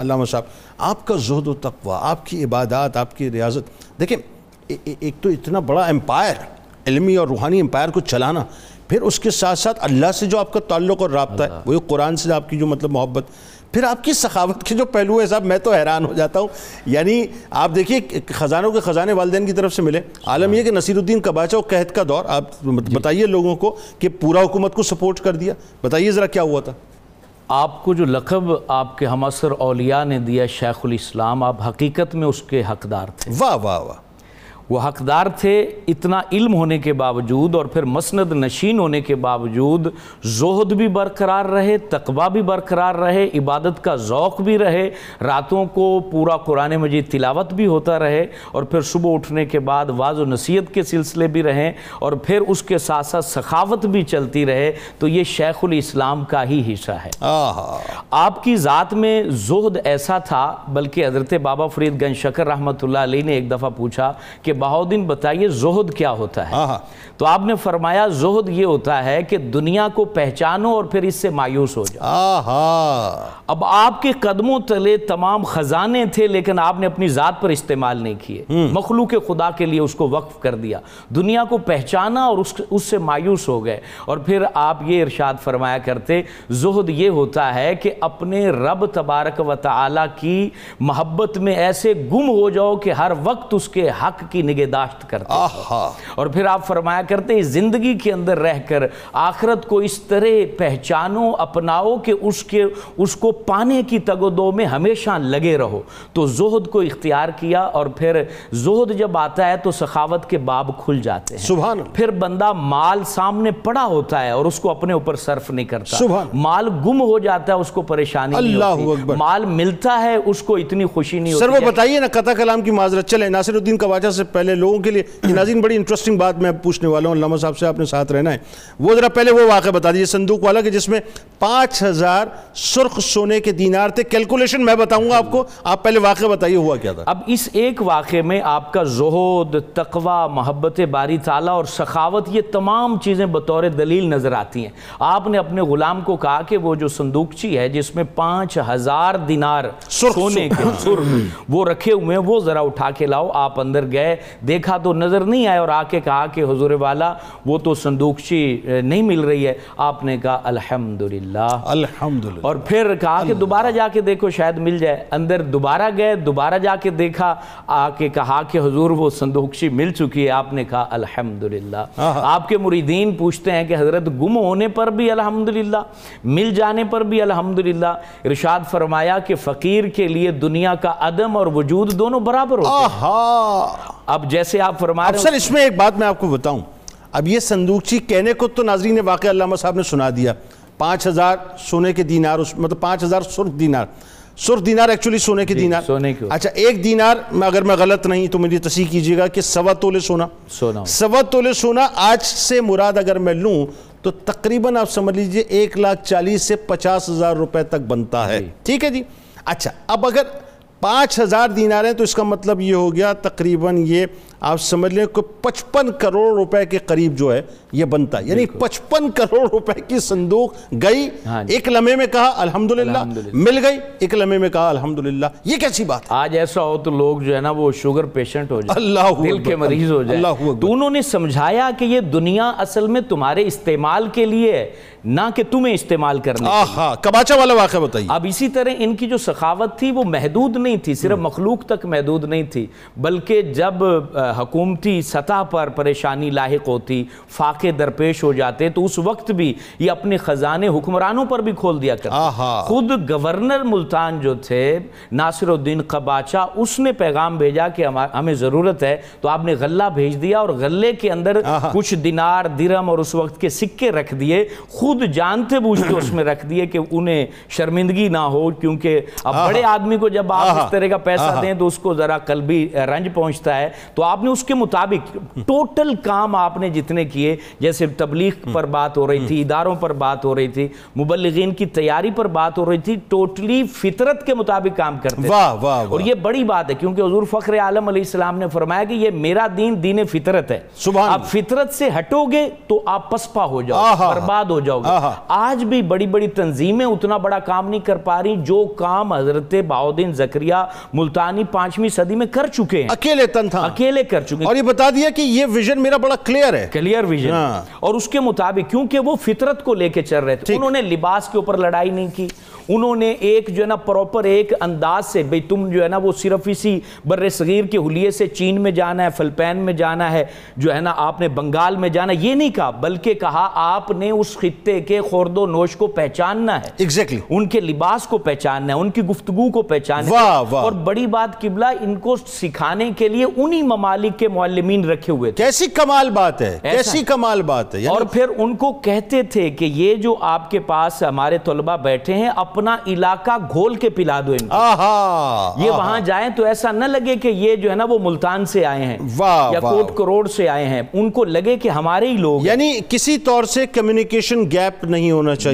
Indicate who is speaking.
Speaker 1: علامہ صاحب آپ کا زہد و تقوی آپ کی عبادات آپ کی ریاضت دیکھیں ایک تو اتنا بڑا امپائر علمی اور روحانی امپائر کو چلانا پھر اس کے ساتھ ساتھ اللہ سے جو آپ کا تعلق اور رابطہ ہے وہی قرآن سے آپ کی جو مطلب محبت پھر آپ کی سخاوت کے جو پہلو ہے صاحب میں تو حیران ہو جاتا ہوں یعنی آپ دیکھیے خزانوں کے خزانے والدین کی طرف سے ملے عالم یہ کہ نصیر الدین کباچہ اور قحط کا دور آپ بتائیے لوگوں کو کہ پورا حکومت کو سپورٹ کر دیا بتائیے ذرا کیا ہوا تھا
Speaker 2: آپ کو جو لقب آپ کے ہماثر اولیاء نے دیا شیخ الاسلام آپ حقیقت میں اس کے حقدار تھے
Speaker 1: واہ واہ واہ
Speaker 2: وہ حقدار تھے اتنا علم ہونے کے باوجود اور پھر مسند نشین ہونے کے باوجود زہد بھی برقرار رہے تقوی بھی برقرار رہے عبادت کا ذوق بھی رہے راتوں کو پورا قرآن مجید تلاوت بھی ہوتا رہے اور پھر صبح اٹھنے کے بعد واض و نصیحت کے سلسلے بھی رہیں اور پھر اس کے ساتھ ساتھ سخاوت بھی چلتی رہے تو یہ شیخ الاسلام کا ہی حصہ ہے
Speaker 1: آہا
Speaker 2: آپ کی ذات میں زہد ایسا تھا بلکہ حضرت بابا فرید گن شکر رحمۃ اللہ علیہ نے ایک دفعہ پوچھا کہ بہاؤدین بتائیے زہد کیا ہوتا ہے
Speaker 1: آہا
Speaker 2: تو آپ نے فرمایا زہد یہ ہوتا ہے کہ دنیا کو پہچانو اور پھر اس سے مایوس ہو جاؤ
Speaker 1: آہا
Speaker 2: اب آپ کے قدموں تلے تمام خزانے تھے لیکن آپ نے اپنی ذات پر استعمال نہیں کیے مخلوق خدا کے لیے اس کو وقف کر دیا دنیا کو پہچانا اور اس اس سے مایوس ہو گئے اور پھر آپ یہ ارشاد فرمایا کرتے زہد یہ ہوتا ہے کہ اپنے رب تبارک و تعالی کی محبت میں ایسے گم ہو جاؤ کہ ہر وقت اس کے حق کی نگہداشت کرتے
Speaker 1: آہا
Speaker 2: اور پھر آپ فرمایا کرتے اس زندگی کے اندر رہ کر آخرت کو اس طرح پہچانو اپناؤ کہ اس کے اس کو پانے کی تگ و دو میں ہمیشہ لگے رہو تو زہد کو اختیار کیا اور پھر زہد جب آتا ہے تو سخاوت کے باب کھل جاتے ہیں
Speaker 1: سبحان اللہ
Speaker 2: پھر بندہ مال سامنے پڑا ہوتا ہے اور اس کو اپنے اوپر صرف نہیں کرتا
Speaker 1: سبحان
Speaker 2: مال گم ہو جاتا ہے اس کو پریشانی نہیں
Speaker 1: اللہ
Speaker 2: ہوتی
Speaker 1: اکبر۔
Speaker 2: مال ملتا ہے اس کو اتنی خوشی نہیں
Speaker 1: سر وہ
Speaker 2: ہوتی
Speaker 1: بتائیے نا قطع کلام کی معذرت چلیں ناصر الدین کواچہ سے پہلے لوگوں کے لیے یہ ناظرین بڑی انٹرسٹنگ بات میں پوچھنے والا ہوں علامہ صاحب سے آپ نے ساتھ رہنا ہے وہ ذرا پہلے وہ واقعہ بتا دیجیے صندوق والا کہ جس میں پانچ ہزار سرخ سونے کے دینار تھے کیلکولیشن میں بتاؤں گا آپ کو آپ پہلے واقعہ بتائیے ہوا کیا تھا
Speaker 2: اب اس ایک واقعے میں آپ کا زہد تقوی محبت باری تعالیٰ اور سخاوت یہ تمام چیزیں بطور دلیل نظر آتی ہیں آپ نے اپنے غلام کو کہا کہ وہ جو صندوقچی ہے جس میں پانچ ہزار دینار
Speaker 1: سرخ
Speaker 2: سونے کے سرخ وہ رکھے ہوئے ہیں وہ ذرا اٹھا کے لاؤ آپ اندر گئے دیکھا تو نظر نہیں آئے اور آ کے کہا کہ حضور والا وہ تو صندوقچی اے، نہیں مل رہی ہے آپ نے کہا الحمدللہ
Speaker 1: الحمدللہ
Speaker 2: اور پھر کہا کہ دوبارہ جا کے دیکھو شاید مل جائے اندر دوبارہ گئے دوبارہ جا کے دیکھا آ کے کہا کہ حضور وہ صندوقچی مل چکی ہے آپ نے کہا الحمدللہ آپ کے مریدین پوچھتے ہیں کہ حضرت گم ہونے پر بھی الحمدللہ مل جانے پر بھی الحمدللہ ارشاد فرمایا کہ فقیر کے لیے دنیا کا عدم اور وجود دونوں برابر ہو
Speaker 1: آہا
Speaker 2: اب جیسے آپ فرما
Speaker 1: اب
Speaker 2: رہے
Speaker 1: سر اس میں ایک بات میں آپ کو بتاؤں اب یہ صندوقچی کہنے کو تو ناظرین واقعہ علامہ صاحب نے سنا دیا پانچ ہزار سونے کے دینار اس- مطلب پانچ ہزار سرخ دینار سرخ دینار ایکچولی سونے کے دینار
Speaker 2: جی، سونے کے ہوتے
Speaker 1: اچھا ایک دینار میں اگر میں غلط نہیں تو مجھے تصحیح کیجیے گا کہ سوا تولے سونا
Speaker 2: سونا ہو۔
Speaker 1: سوا تولے سونا آج سے مراد اگر میں لوں تو تقریباً آپ سمجھ لیجئے ایک لاکھ چالیس سے پچاس ہزار روپے تک بنتا ہے ٹھیک ہے جی اچھا اب اگر پانچ ہزار دینار ہیں تو اس کا مطلب یہ ہو گیا تقریباً یہ آپ سمجھ لیں کہ پچپن کروڑ روپے کے قریب جو ہے یہ بنتا ہے یعنی پچپن کروڑ روپے کی صندوق گئی
Speaker 2: ہاں جی۔
Speaker 1: ایک لمحے میں کہا الحمدللہ مل گئی ایک لمحے میں کہا الحمدللہ یہ کیسی بات ہے
Speaker 2: آج ایسا ہو تو لوگ جو ہے نا وہ شوگر پیشنٹ ہو جائے
Speaker 1: اللہ
Speaker 2: دل کے مریض ہو جائے
Speaker 1: اللہ
Speaker 2: تو انہوں نے سمجھایا کہ یہ دنیا اصل میں تمہارے استعمال کے لیے ہے نہ کہ تمہیں استعمال کرنے
Speaker 1: آہا کباچہ والا واقعہ بتائیے
Speaker 2: اب اسی طرح ان کی جو سخاوت تھی وہ محدود نہیں تھی صرف مخلوق تک محدود نہیں تھی بلکہ جب آ، حکومتی سطح پر پریشانی لاحق ہوتی فاقے درپیش ہو جاتے تو اس وقت بھی یہ اپنے خزانے حکمرانوں پر بھی کھول دیا کرتے
Speaker 1: آہا
Speaker 2: خود گورنر ملتان جو تھے ناصر الدین قباچہ اس نے پیغام بھیجا کہ ہما- ہمیں ضرورت ہے تو آپ نے غلہ بھیج دیا اور غلے کے اندر کچھ دینار درم اور اس وقت کے سکے رکھ دیے خود جانتے بوجھتے اس میں رکھ دیے کہ انہیں شرمندگی نہ ہو کیونکہ اب بڑے آدمی کو جب آپ اس طرح کا پیسہ دیں تو اس کو ذرا قلبی رنج پہنچتا ہے تو آپ نے اس کے مطابق ٹوٹل کام آپ نے جتنے کیے جیسے تبلیغ پر بات ہو رہی تھی اداروں پر بات ہو رہی تھی مبلغین کی تیاری پر بات ہو رہی تھی ٹوٹلی فطرت کے مطابق کام کرتے
Speaker 1: واہ واہ
Speaker 2: اور یہ بڑی بات ہے کیونکہ حضور فخر عالم علیہ السلام نے فرمایا کہ یہ میرا دین دین فطرت ہے
Speaker 1: سبحان
Speaker 2: آپ فطرت سے ہٹو گے تو آپ پسپا ہو جاؤ
Speaker 1: آہا
Speaker 2: برباد ہو جاؤ گے
Speaker 1: آہا
Speaker 2: آج بھی بڑی بڑی تنظیمیں اتنا بڑا کام نہیں کر پا رہی جو کام حضرت بہاؤدین زکریہ ملتانی پانچویں صدی میں کر چکے ہیں
Speaker 1: اکیلے تن تھا
Speaker 2: اکیلے کر چکے ہیں
Speaker 1: اور یہ بتا دیا کہ یہ ویژن میرا بڑا کلیئر ہے
Speaker 2: کلیئر ویژن
Speaker 1: ہاں۔
Speaker 2: اور اس کے مطابق کیونکہ وہ فطرت کو لے کے چل رہے تھے انہوں نے لباس کے اوپر لڑائی نہیں کی انہوں نے ایک جو ہے نا پراپر ایک انداز سے بھئی تم جو ہے نا وہ صرف اسی بر صغیر کے حلیے سے چین میں جانا ہے فلپین میں جانا ہے جو ہے نا آپ نے بنگال میں جانا یہ نہیں کہا بلکہ کہا آپ نے اس خطے کے خورد و نوش کو پہچاننا ہے
Speaker 1: ایگزیکٹلی
Speaker 2: ان کے لباس کو پہچاننا ہے ان کی گفتگو کو پہچاننا
Speaker 1: واہ،
Speaker 2: ہے
Speaker 1: واہ۔
Speaker 2: اور بڑی بات قبلہ ان کو سکھانے کے لیے انہی ممالک کے معلمین رکھے ہوئے تھے
Speaker 1: کیسی کمال بات ہے کیسی کمال بات ہے
Speaker 2: اور
Speaker 1: یعنی
Speaker 2: پھر ان کو کہتے تھے کہ یہ جو آپ کے پاس ہمارے طلبہ بیٹھے ہیں اپنا علاقہ گھول کے پلا دو ان کو
Speaker 1: آہا
Speaker 2: یہ وہاں جائیں تو ایسا نہ لگے کہ یہ جو ہے نا وہ ملتان سے آئے ہیں
Speaker 1: واہ،
Speaker 2: یا
Speaker 1: واہ۔
Speaker 2: کوٹ کروڑ سے آئے ہیں ان کو لگے کہ ہمارے ہی لوگ ہیں
Speaker 1: یعنی کسی طور سے کمیونیکیشن گیپ نہیں ہونا